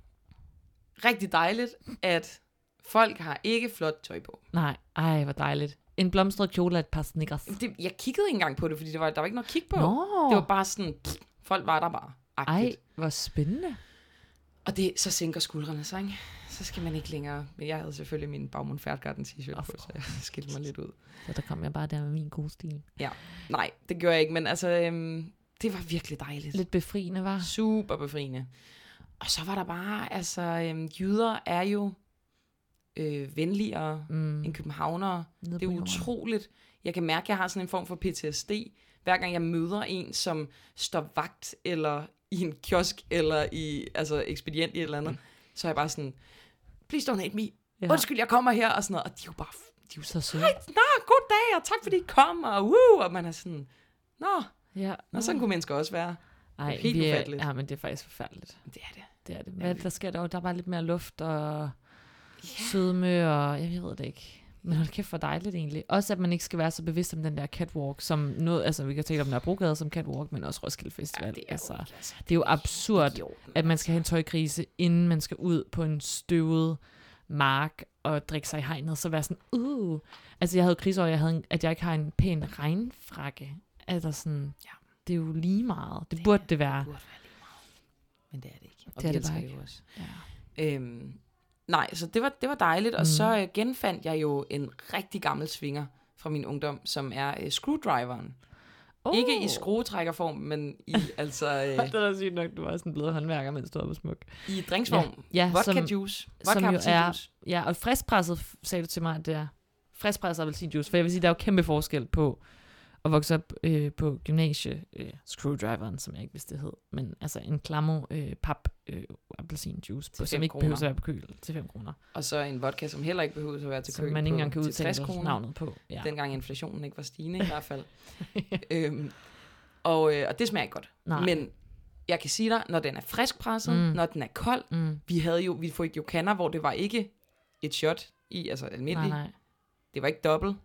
rigtig dejligt, at folk har ikke flot tøj på.
Nej, ej, hvor dejligt. En blomstret kjole og et par snickers.
Jamen, Det, jeg kiggede ikke engang på det, fordi det var, der var ikke noget at kigge på.
Nå,
Det var bare sådan, pff, folk var der bare.
ej,
Agtigt.
hvor spændende.
Og det, så sænker skuldrene sig, ikke? Så skal man ikke længere. Men jeg havde selvfølgelig min Bagmund Færdgarden t-shirt
Åh,
på, så jeg skilte mig lidt ud.
Så der kom jeg bare der med min gode stil.
Nej, det gjorde jeg ikke, men altså, øhm, det var virkelig dejligt.
Lidt befriende, var.
Super befriende. Og så var der bare, altså, øhm, jyder er jo øh, venligere
Mm,
end københavnere. Det er utroligt. Jeg kan mærke, at jeg har sådan en form for PTSD, hver gang jeg møder en, som står vagt, eller i en kiosk, eller i altså ekspedient i et eller andet. Mm. Så er jeg bare sådan, please don't hate me. Ja. Undskyld, jeg kommer her, og sådan noget. Og de er jo bare, f- de er jo så
Så sødt.
god dag, og tak fordi I kom, og woo, og man er sådan, nå,
Ja.
nå sådan kunne mennesker også være.
Ej,
helt
vi er,
forfærdeligt.
Ja, men det er faktisk forfærdeligt.
Det er det.
Det er det. Hvad der sker derovre? Der er bare lidt mere luft og sødme, og jeg ved det ikke. Men hold kæft, hvor dejligt egentlig. Også at man ikke skal være så bevidst om den der catwalk, som noget, altså vi kan tale om Nørrebrogade som catwalk, men også Roskilde Festival.
Ja, det er
altså,
jo, ikke, altså,
det er jo absurd,
i orden.
at man skal have en tøjkrise, inden man skal ud på en støvet mark og drikke sig i hegnet, så være sådan, uh. Altså, jeg havde krise over, jeg havde en, at jeg ikke har en pæn regnfrakke. Altså sådan,
Ja.
ja. det er jo lige meget. Det,
Det
det burde det
Det
være.
burde være lige meget. Men det er det ikke. Og
Det er
vi
det bare
elsker
ikke.
jo også.
Ja.
Øhm, nej, så det var, det var dejligt. Og
Mm.
så øh, genfandt jeg jo en rigtig gammel svinger fra min ungdom, som er øh, screwdriveren. Oh. Ikke i skruetrækkerform, men i, altså, øh,
Det er da sygt nok, du var sådan blevet håndværker, mens du var på smuk.
i drinksform.
Ja,
Ja, Vodka
som,
som, juice.
som
Vodka
jo
appelsin
er-
juice.
ja, og friskpresset, f- sagde du til mig, at det er friskpresset appelsinjuice. For jeg vil sige, der er jo kæmpe forskel på at vokse op øh, på gymnasie, øh, screwdriveren, som jeg ikke vidste, det hed, men altså en klamo øh, pap øh, appelsinjuice, på,
fem
som ikke
kroner.
behøver at være på køl til 5 kroner,
Og så en vodka, som heller ikke behøver at være til
som
køb
man ikke
på-
engang kan
til
udtale
60 kroner.
navnet på. Ja.
Dengang inflationen ikke var stigende i hvert fald. øhm, og, øh, og det smager ikke godt.
Nej.
Men jeg kan sige dig, når den er friskpresset, mm.
Mm.
når den er kold,
mm,
vi havde jo, vi fik jo kander, hvor det var ikke et shot i, altså
nej,
almindelig. Nej, nej.
nej.
Det var ikke dobbelt.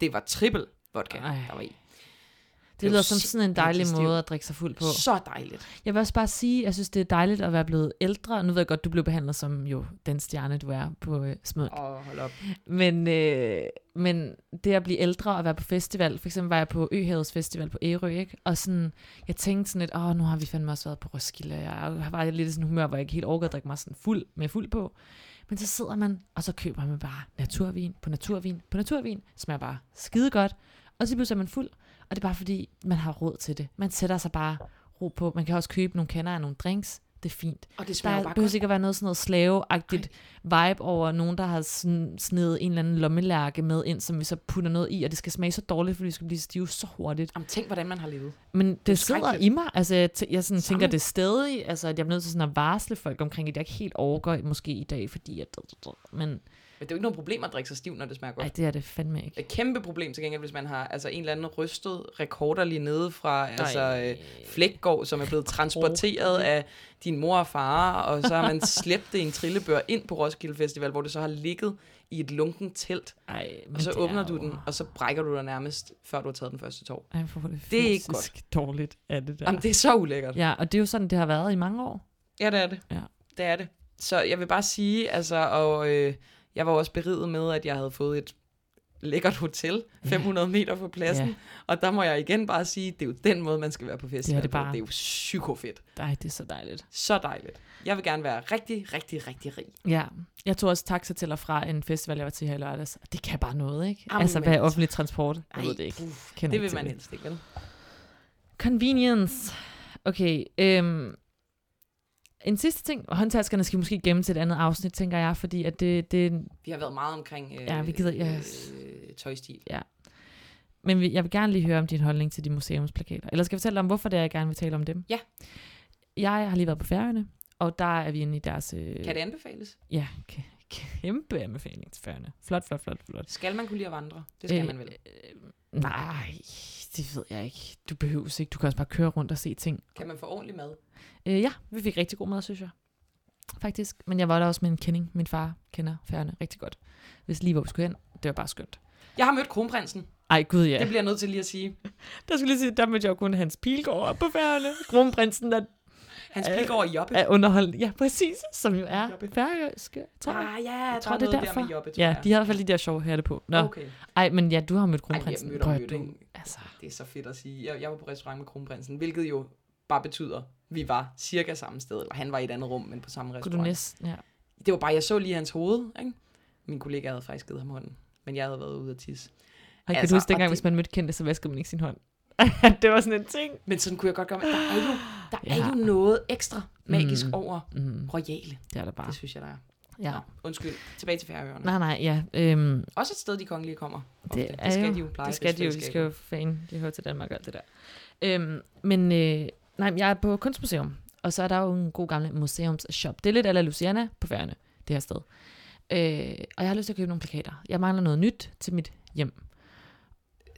Det var trippel vodka,
Ej.
der var i.
Det,
Det er
det
jo
lyder som sådan en
simpelthen
dejlig
stiv.
måde at drikke sig fuld på.
Så dejligt.
Jeg vil også bare sige, at jeg synes, det er dejligt at være blevet ældre. Nu ved jeg godt, du blev behandlet som jo den stjerne, du er på øh, smuk.
Og hold op.
Men, øh, men det at blive ældre og være på festival, for eksempel var jeg på Øhavets Festival på Ærø, ikke? og sådan, jeg tænkte sådan lidt, åh, nu har vi fandme også været på Roskilde, og jeg var lidt i sådan en humør, hvor jeg ikke helt orkede at drikke mig sådan fuld, med fuld på. Men så sidder man, og så køber man bare naturvin på naturvin på naturvin, smager bare skide godt, og så pludselig er man fuld, og det er bare fordi, man har råd til det. Man sætter sig bare ro på, man kan også købe nogle kander af nogle drinks, det er fint.
Og det
Der
smager jo
er,
bare
behøver
godt.
ikke at være noget sådan noget slaveagtigt vibe over nogen, der har sn- snedet en eller anden lommelærke med ind, som vi så putter noget i, og det skal smage så dårligt, fordi vi skal blive stive så hurtigt.
Jamen, tænk, hvordan man har levet.
Men det, det sidder
skrækkeligt.
i mig. Altså, jeg, tæ- jeg sådan, tænker
Samme.
det stadig, altså, at jeg er nødt til sådan at varsle folk omkring, at jeg ikke helt overgår måske i dag, fordi jeg... Men
Men det er jo ikke noget problem at drikke sig stiv, når det smager godt.
ej,
Ej.
det er det fandme ikke.
Et kæmpe problem til gengæld, hvis man har altså, en eller anden rystet rekorder lige nede fra altså,
Ej.
øh, Flækgaard, som er blevet transporteret af din mor og far, og så har man slæbt det i en trillebør ind på Roskilde Festival, hvor det så har ligget i et lunken telt,
Ej, men
og så
det
åbner
er
du
jo-
den, og så brækker du dig nærmest, før du har taget den første tår.
Ej, hvor er det,
Det er ikke
fysisk dårligt af det der.
Jamen, det er så ulækkert.
Ja, og det er jo sådan, det har været i mange år.
Ja, det er det.
Ja.
Det er det. Så jeg vil bare sige, altså, og øh, jeg var også beriget med, at jeg havde fået et lækkert hotel, 500 meter fra pladsen,
Ja.
og der må jeg igen bare sige, det er jo den måde, man skal være på festival.
det
på.
bare.
det er jo psykofedt.
Ej, det er så dejligt.
Så dejligt. Jeg vil gerne være rigtig, rigtig, rigtig rig.
Ja, jeg tog også taxa til og fra en festival, jeg var til her i lørdags. Og Det kan bare noget, ikke?
Jamen,
Jamen, altså, hvad
altså.
er offentlig transport? Jeg
Ej,
ved det ikke.
Puh,
Kender
det
ikke
vil
til
man helst ikke, vel?
Convenience. Okay, øhm, En sidste ting, håndtaskerne skal vi måske gemme til et andet afsnit, tænker jeg, fordi at det, det
Vi har været meget omkring øh,
Ja, vi gider- yes.
øh, tøjstil.
Men vi- jeg vil gerne lige høre om din holdning til de museumsplakater. Eller skal jeg fortælle dig om, hvorfor det er, jeg gerne vil tale om dem?
Ja.
Jeg har lige været på Færøerne, og der er vi inde i deres... Øh,
Kan det anbefales?
Ja, kæ- kæmpe anbefaling til Færøerne. Flot, flot, flot, flot.
Skal man kunne lide at vandre? Det skal
Øh,
man vel. Mm.
Øh, nej, det ved jeg ikke. Du behøver ikke. Du kan også bare køre rundt og se ting.
Kan man få ordentlig mad?
Øh, ja, vi fik rigtig god mad, synes jeg. Faktisk. Men jeg var der også med en kending. Min far kender Færøerne rigtig godt. Hvis lige hvor vi skulle hen, det var bare skønt.
Jeg har mødt kronprinsen.
Ej gud, ja.
Det bliver jeg nødt til lige at sige.
Der skulle lige sige, der mødte jeg jo kun Hans Pilgaard op på færgerne. Kronprinsen er,
Hans
Øh,
Pilgaard og Joppe.
er underholdt. Ja, præcis. Som jo er
Joppe.
færøsk, tror jeg.
ah, ja, jeg
tror, det er
Der med
derfor.
Joppe, tror
Ja,
jeg.
de har i hvert fald lige der sjove hatte på. Nå, okay.
Okay.
ej, men ja, du har mødt
Ej, jeg
kronprinsen.
mødte
Prøv
og
at
mødte.
du-
ikke?
Altså,
Det er så fedt at sige. Jeg, jeg var på restaurant med kronprinsen, hvilket jo bare betyder, vi var cirka samme sted. Eller han var i et andet rum, men på samme
kunne du
restaurant.
næsten, ja.
Det var bare, jeg så lige hans hoved. Ikke? Min kollega havde faktisk givet ham hånden, men jeg havde været ude at tisse.
Ej, kan
Altså,
du huske
og
dengang,
det-
hvis man mødte kendte, så vaskede man ikke sin hånd? det var sådan en ting.
Men sådan kunne jeg godt gøre, men der er jo, der ja. er
Ja.
jo noget ekstra magisk
Mm.
mm. over
Mm,
royale.
det er der
Det
bare.
synes jeg, der er.
Ja.
Nå, undskyld. Tilbage til færøerne.
Nej, nej, ja. Øhm,
Også et sted, de kongelige kommer.
Det
ofte.
er
det skal
jo-
de jo pleje.
det skal de jo, de skal jo fan, de hører til Danmark og alt det der. Øhm, men øh, nej, men jeg er på kunstmuseum, og så er der jo en god gammel museumsshop. Det er lidt ala Luciana på færgerne, det her sted. Øh, og jeg har lyst til at købe nogle plakater. Jeg mangler noget nyt til mit hjem.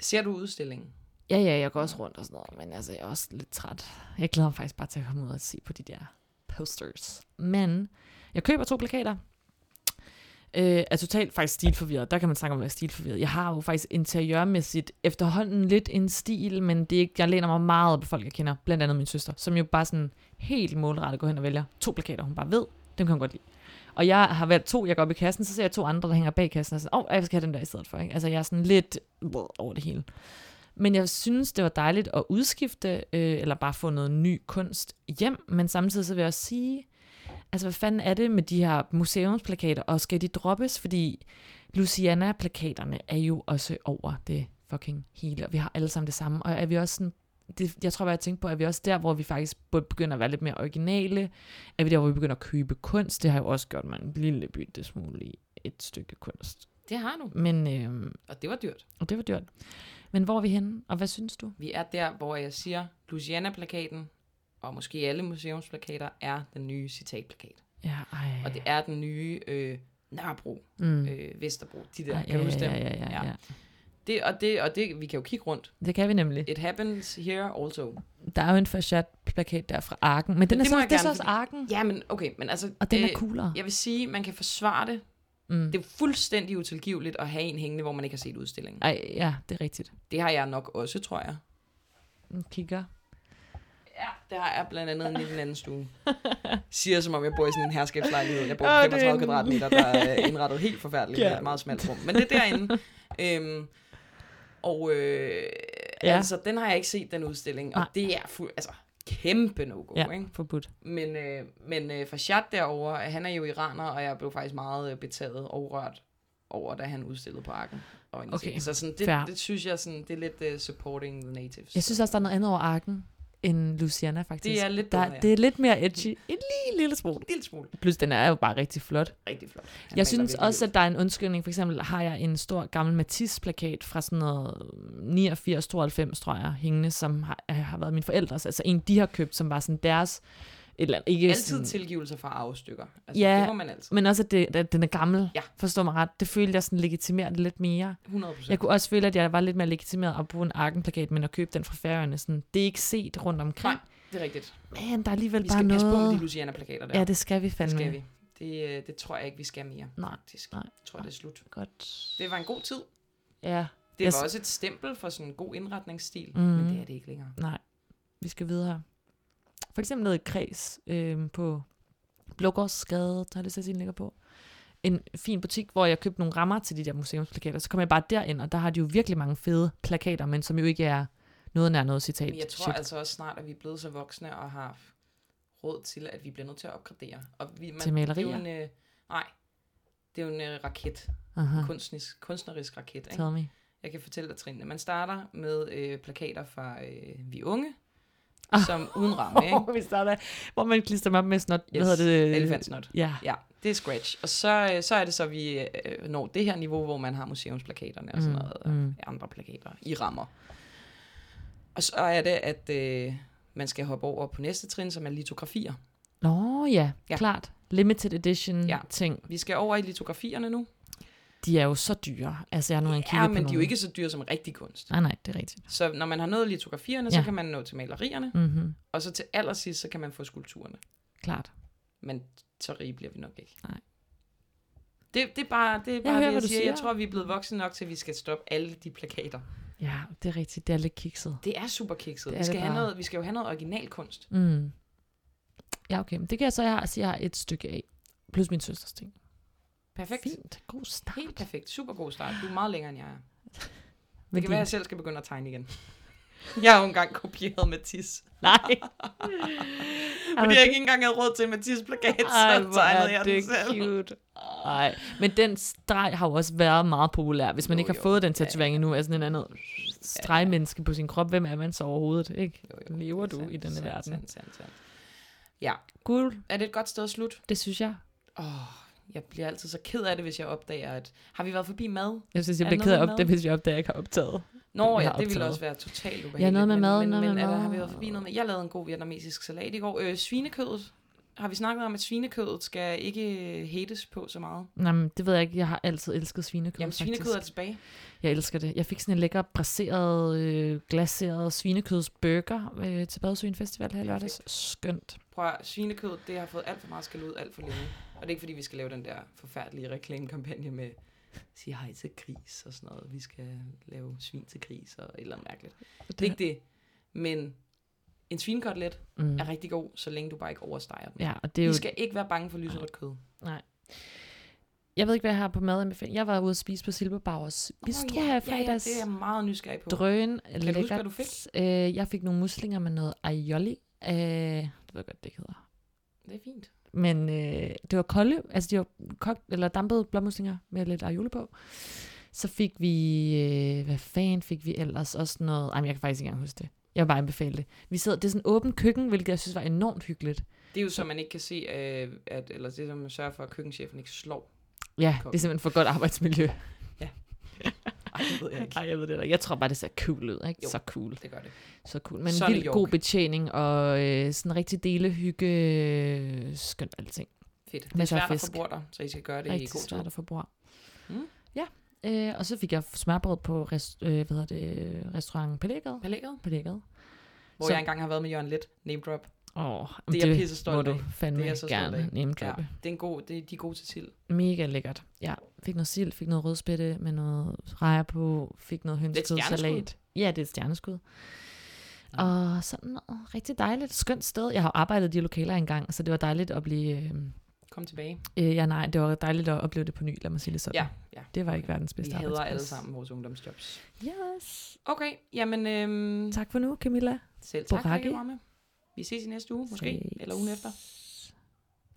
Ser du udstillingen?
Ja, ja, jeg går også rundt og sådan noget, men altså, jeg er også lidt træt. Jeg glæder mig faktisk bare til at komme ud og se på de der posters. Men jeg køber to plakater. Øh, er totalt faktisk stilforvirret. Der kan man snakke om at være stilforvirret. Jeg har jo faktisk interiørmæssigt efterhånden lidt en stil, men det er ikke, jeg læner mig meget op på folk, jeg kender. Blandt andet min søster, som jo bare sådan helt målrettet går hen og vælger to plakater, hun bare ved. Dem kan hun godt lide. Og jeg har valgt to, jeg går op i kassen, så ser jeg to andre, der hænger bag kassen, og sådan, åh, oh, jeg skal have den der i stedet for. Ikke? Altså, jeg er sådan lidt bleh, over det hele. Men jeg synes, det var dejligt at udskifte, øh, eller bare få noget ny kunst hjem. Men samtidig så vil jeg også sige, altså hvad fanden er det med de her museumsplakater, og skal de droppes? Fordi Luciana-plakaterne er jo også over det fucking hele, og vi har alle sammen det samme. Og er vi også sådan, det, jeg tror bare, jeg tænkte på, er vi også der, hvor vi faktisk burde begynde at være lidt mere originale? Er vi der, hvor vi begynder at købe kunst? Det har jo også gjort mig en lille bitte smule i et stykke kunst.
Det har du.
Men, øh,
Og det var dyrt.
og det var dyrt. Men hvor er vi henne, og hvad synes du?
Vi er der, hvor jeg siger, Luciana-plakaten, og måske alle museumsplakater, er den nye citatplakat.
Ja, ej.
Og det er den nye øh, Nørrebro,
mm.
øh, Vesterbro, de der,
Ej,
kan du huske dem?
ja, ja, ja, ja, ja.
Det, og det, og det, vi kan jo kigge rundt.
Det kan vi nemlig.
It happens here also.
Der er jo en fasciatplakat der fra Arken, men den er
det
så,
må jeg
det er så
gerne,
også
fordi-
Arken,
Ja, men okay, men altså...
og den er
øh,
coolere.
Jeg vil sige, man kan forsvare det.
Mm.
Det er jo fuldstændig utilgiveligt at have en hængende, hvor man ikke har set udstillingen.
Ej, ja, det er rigtigt.
Det har jeg nok også, tror jeg.
Den kigger.
Ja, det har jeg blandt andet inde i den anden stue. Siger, som om jeg bor i sådan en herskabslejlighed. Jeg bor
Åh,
på
det er
35
en-
kvadratmeter, der er indrettet helt forfærdeligt.
Ja.
Ja. Et meget smalt rum. Men det er derinde. øhm, og øh,
Ja.
ja. altså, den har jeg ikke set, den udstilling. Og
Nej.
det er fuld, altså, kæmpe no-go,
Ja,
ja. ikke?
forbudt.
Men, øh, men øh, Fashat derovre, han er jo iraner, og jeg blev faktisk meget øh, betaget og rørt over, da han udstillede på Arken. Og
Okay,
okay. Så sådan,
fair.
det, det, synes jeg, sådan, det er lidt uh, supporting the natives.
Jeg synes også, der er noget andet over Arken end Luciana, faktisk.
Det er lidt
der,
bedre, ja.
Det er lidt mere edgy. En lille, lille smule.
en lille smule.
Plus, den er jo bare rigtig flot.
Rigtig flot. Han maler
Jeg synes
virkelig
også, at der er en undskyldning. For eksempel har jeg en stor gammel Matisse-plakat fra sådan noget 89-92, tror jeg, hængende, som har, øh, har været mine forældres. Altså en, de har købt, som var sådan deres... Et eller andet, ikke
Altid
sådan,
tilgivelser fra arvestykker. Altså,
Ja.
ja. Det må man altid.
Men også, at, det, at den er gammel.
Ja.
Forstår mig ret. Det følte jeg sådan legitimerede det lidt mere.
100 procent.
Jeg kunne også føle, at jeg var lidt mere legitimeret at bruge en arkenplakat, men at købe den fra færøerne. Sådan, det er ikke set rundt omkring.
Nej, det er rigtigt.
Men der er alligevel
Vi
bare
skal
noget...
passe på med de Luciana-plakater der.
ja, det skal vi
det
fandme.
skal vi. Det, øh, det tror jeg ikke, vi skal mere,
Nej,
faktisk.
nej.
Jeg tror, det er slut.
Godt.
Det var en god tid.
Ja,
Det
Jeg
var
s-
også et stempel for sådan en god indretningsstil,
Mhm.
men det er det ikke længere.
Nej, vi skal videre. For eksempel nede i Kreds øh, på Blågårdsgade, der har det sæt, ligger på. En fin butik, hvor jeg købte nogle rammer til de der museumsplakater. Så kom jeg bare derind, og der har de jo virkelig mange fede plakater, men som jo ikke er noget nær noget citat.
Men jeg tror
Shit.
altså også snart, at vi er blevet så voksne og har f- råd til, at vi bliver nødt til at opgradere. Og vi, man,
Til malerier?
Det er jo en, øh, nej, det er jo en øh, raket.
Aha,
En kunstnerisk, kunstnerisk raket. Ikke?
tell me.
Jeg kan fortælle dig trinene. Man starter med øh, plakater fra øh, Vi Unge. ah. som uden ramme, ikke?
Hvor vi starter, hvor man klister mig op med snot. Yes.
Yes,
Hvad hedder det?
Elefantsnot.
Ja.
Ja, det er scratch. Og så, øh, så er det så, vi øh, når det her niveau, hvor man har museumsplakaterne og sådan
Mm,
noget, og
mm.
andre plakater i rammer. Og så er det, at øh, man skal hoppe over på næste trin, som er litografier.
Nå ja,
Ja.
ja, klart. Limited edition
Ja.
ja. ting.
Vi skal over i litografierne nu.
De er jo så dyre. Altså, jeg har nu engang kigget
Ja,
på
men de er jo
nogle.
ikke så dyre som rigtig kunst.
Nej, nej, det er rigtigt.
Så når man har nået litografierne, så
Ja.
kan man nå til malerierne,
Mm-hmm.
og så til allersidst, så kan man få skulpturerne.
Klart.
Men så rige bliver vi nok ikke.
Nej.
Det, det er bare det, er bare
hører,
det
hvad
jeg
du
siger. Jeg
siger.
tror, vi er blevet voksne nok til, at vi skal stoppe alle de plakater.
Ja, det er rigtigt. Det er lidt kikset.
Det er super kikset.
Det
Vi
er
skal,
det
have
bare.
noget, vi skal jo have noget originalkunst.
Mm. Ja, okay. Men det kan jeg så jeg har, sige, jeg har et stykke af. Plus min søsters ting.
Perfekt.
Fint. God start.
Helt perfekt. Super god start. Du er meget længere, end jeg er. Det
Hvad
kan
din-
være, at jeg selv skal begynde at tegne igen. Jeg har jo engang kopieret Mathis.
Nej.
Fordi jeg ikke engang havde råd til Mathis plakat, så tegnede jeg den selv.
cute. Ej, men den streg har jo også været meget populær. Hvis man
Jo,
jo, ikke har
jo.
jo. fået den tatovering endnu, er sådan en anden stregmenneske på sin krop. Hvem er man så overhovedet, ikke?
Jo, jo,
Lever
det er
du i denne
sandt,
verden?
Sandt, sandt, sandt. Ja,
Guld,
er det et godt sted at slutte?
det synes jeg.
Åh, jeg bliver altid så ked af det, hvis jeg opdager, at har vi været forbi mad?
Jeg synes, jeg
Er
bliver ked
noget
af
med
op det,
mad?
hvis jeg opdager, at jeg ikke har optaget.
Nå
Vi
ja,
har
det ville
optaget.
også være totalt ubehageligt.
noget med
men,
mad,
men,
noget
men,
med
er der, har vi
mad.
været forbi noget med? Jeg lavede en god vietnamesisk salat i går. Øh, svinekødet. Har vi snakket om, at svinekødet skal ikke hates på så meget?
Nej, men det ved jeg ikke. Jeg har altid elsket svinekød,
Jamen,
faktisk.
svinekødet er tilbage.
Jeg elsker det. Jeg fik sådan en lækker braseret, øh, glaseret svinekødsburger øh, til Badesøen Festival her i lørdags. Skønt.
Prøv at, høre, svinekødet, det har fået alt for meget skal ud alt for længe. Og det er ikke, fordi vi skal lave den der forfærdelige reklamekampagne med sige hej til gris og sådan noget. Vi skal lave svin til gris og et eller andet mærkeligt. Det er ikke det. Men en svinekotelet
Mm.
er rigtig god, så længe du bare ikke oversteger den.
Ja, og det er
Vi
jo...
skal ikke være bange for lyserødt kød.
Jeg ved ikke, hvad jeg har på mad anbefaling. Jeg var ude at spise på Silberbauers Bistro
Åh,
her i
ja, ja,
fredags.
det er jeg meget nysgerrig på.
Drøn,
huske,
lækkert.
hvad du fik?
Øh, jeg fik nogle muslinger med noget aioli. Øh, det ved jeg godt, det ikke hedder.
Det er fint.
Men øh, det var kolde, altså de var kogt, eller dampede blommuslinger med lidt aioli på. Så fik vi, øh, hvad fanden fik vi ellers? Også noget, ej, men jeg kan faktisk ikke engang huske det. Jeg vil bare anbefale det. Vi sidder, det er sådan et åbent køkken, hvilket jeg synes var enormt hyggeligt.
Det er jo så, man ikke kan se, øh, at, eller det er, som man sørger for, at køkkenchefen ikke slår.
Ja, det er
Kongen.
simpelthen for godt arbejdsmiljø.
Ej, det ved jeg ikke.
Ej, jeg ved det da. ikke. Jeg tror bare, det ser cool ud, ikke?
Jo.
Jo. Så cool.
Det gør det.
Så cool. Men
Så er det
vildt
York.
god betjening og øh, sådan rigtig delehygge, øh, skønt alting.
Fedt. Det er
Masser af
svært at
fisk.
forbruge dig, så I skal gøre det
Det
Rigtig
er
i
rigtig
god tid.
svært at forbruge.
Mm.
Ja, øh, og så fik jeg smørbrød på rest, øh, hvad hedder det, restaurant Pelægade.
Palækket,
Pelægade.
hvor
Så-
jeg engang har været med Jørgen Let, name drop.
Åh,
Det er jeg pisse
må
stolt
du
af.
fandme
Det er jeg så stolt
gerne
af.
name
Ja,
droppe.
det er en god, det, de er gode til sild.
Ja. Mega lækkert. Ja, fik noget sild, fik noget rødspætte med noget rejer på, fik noget hønskødsalat.
stjerneskud.
Ja, det er et stjerneskud.
Ja.
Og sådan noget rigtig dejligt, skønt sted. Jeg har jo arbejdet i de lokaler engang, så det var dejligt at blive... Øh,
Kom tilbage.
øh, ja, nej, det var dejligt at opleve det på ny, lad mig sige det sådan.
Ja, ja.
Det var ikke verdens bedste
Vi hader alle
arbejdsplads.
sammen vores ungdomsjobs.
Yes.
Okay, jamen øhm,
Tak for nu, Camilla.
selv tak,
Boracchi.
Rikke Ramme. Vi ses i næste uge, måske, eller ugen efter.
Ses.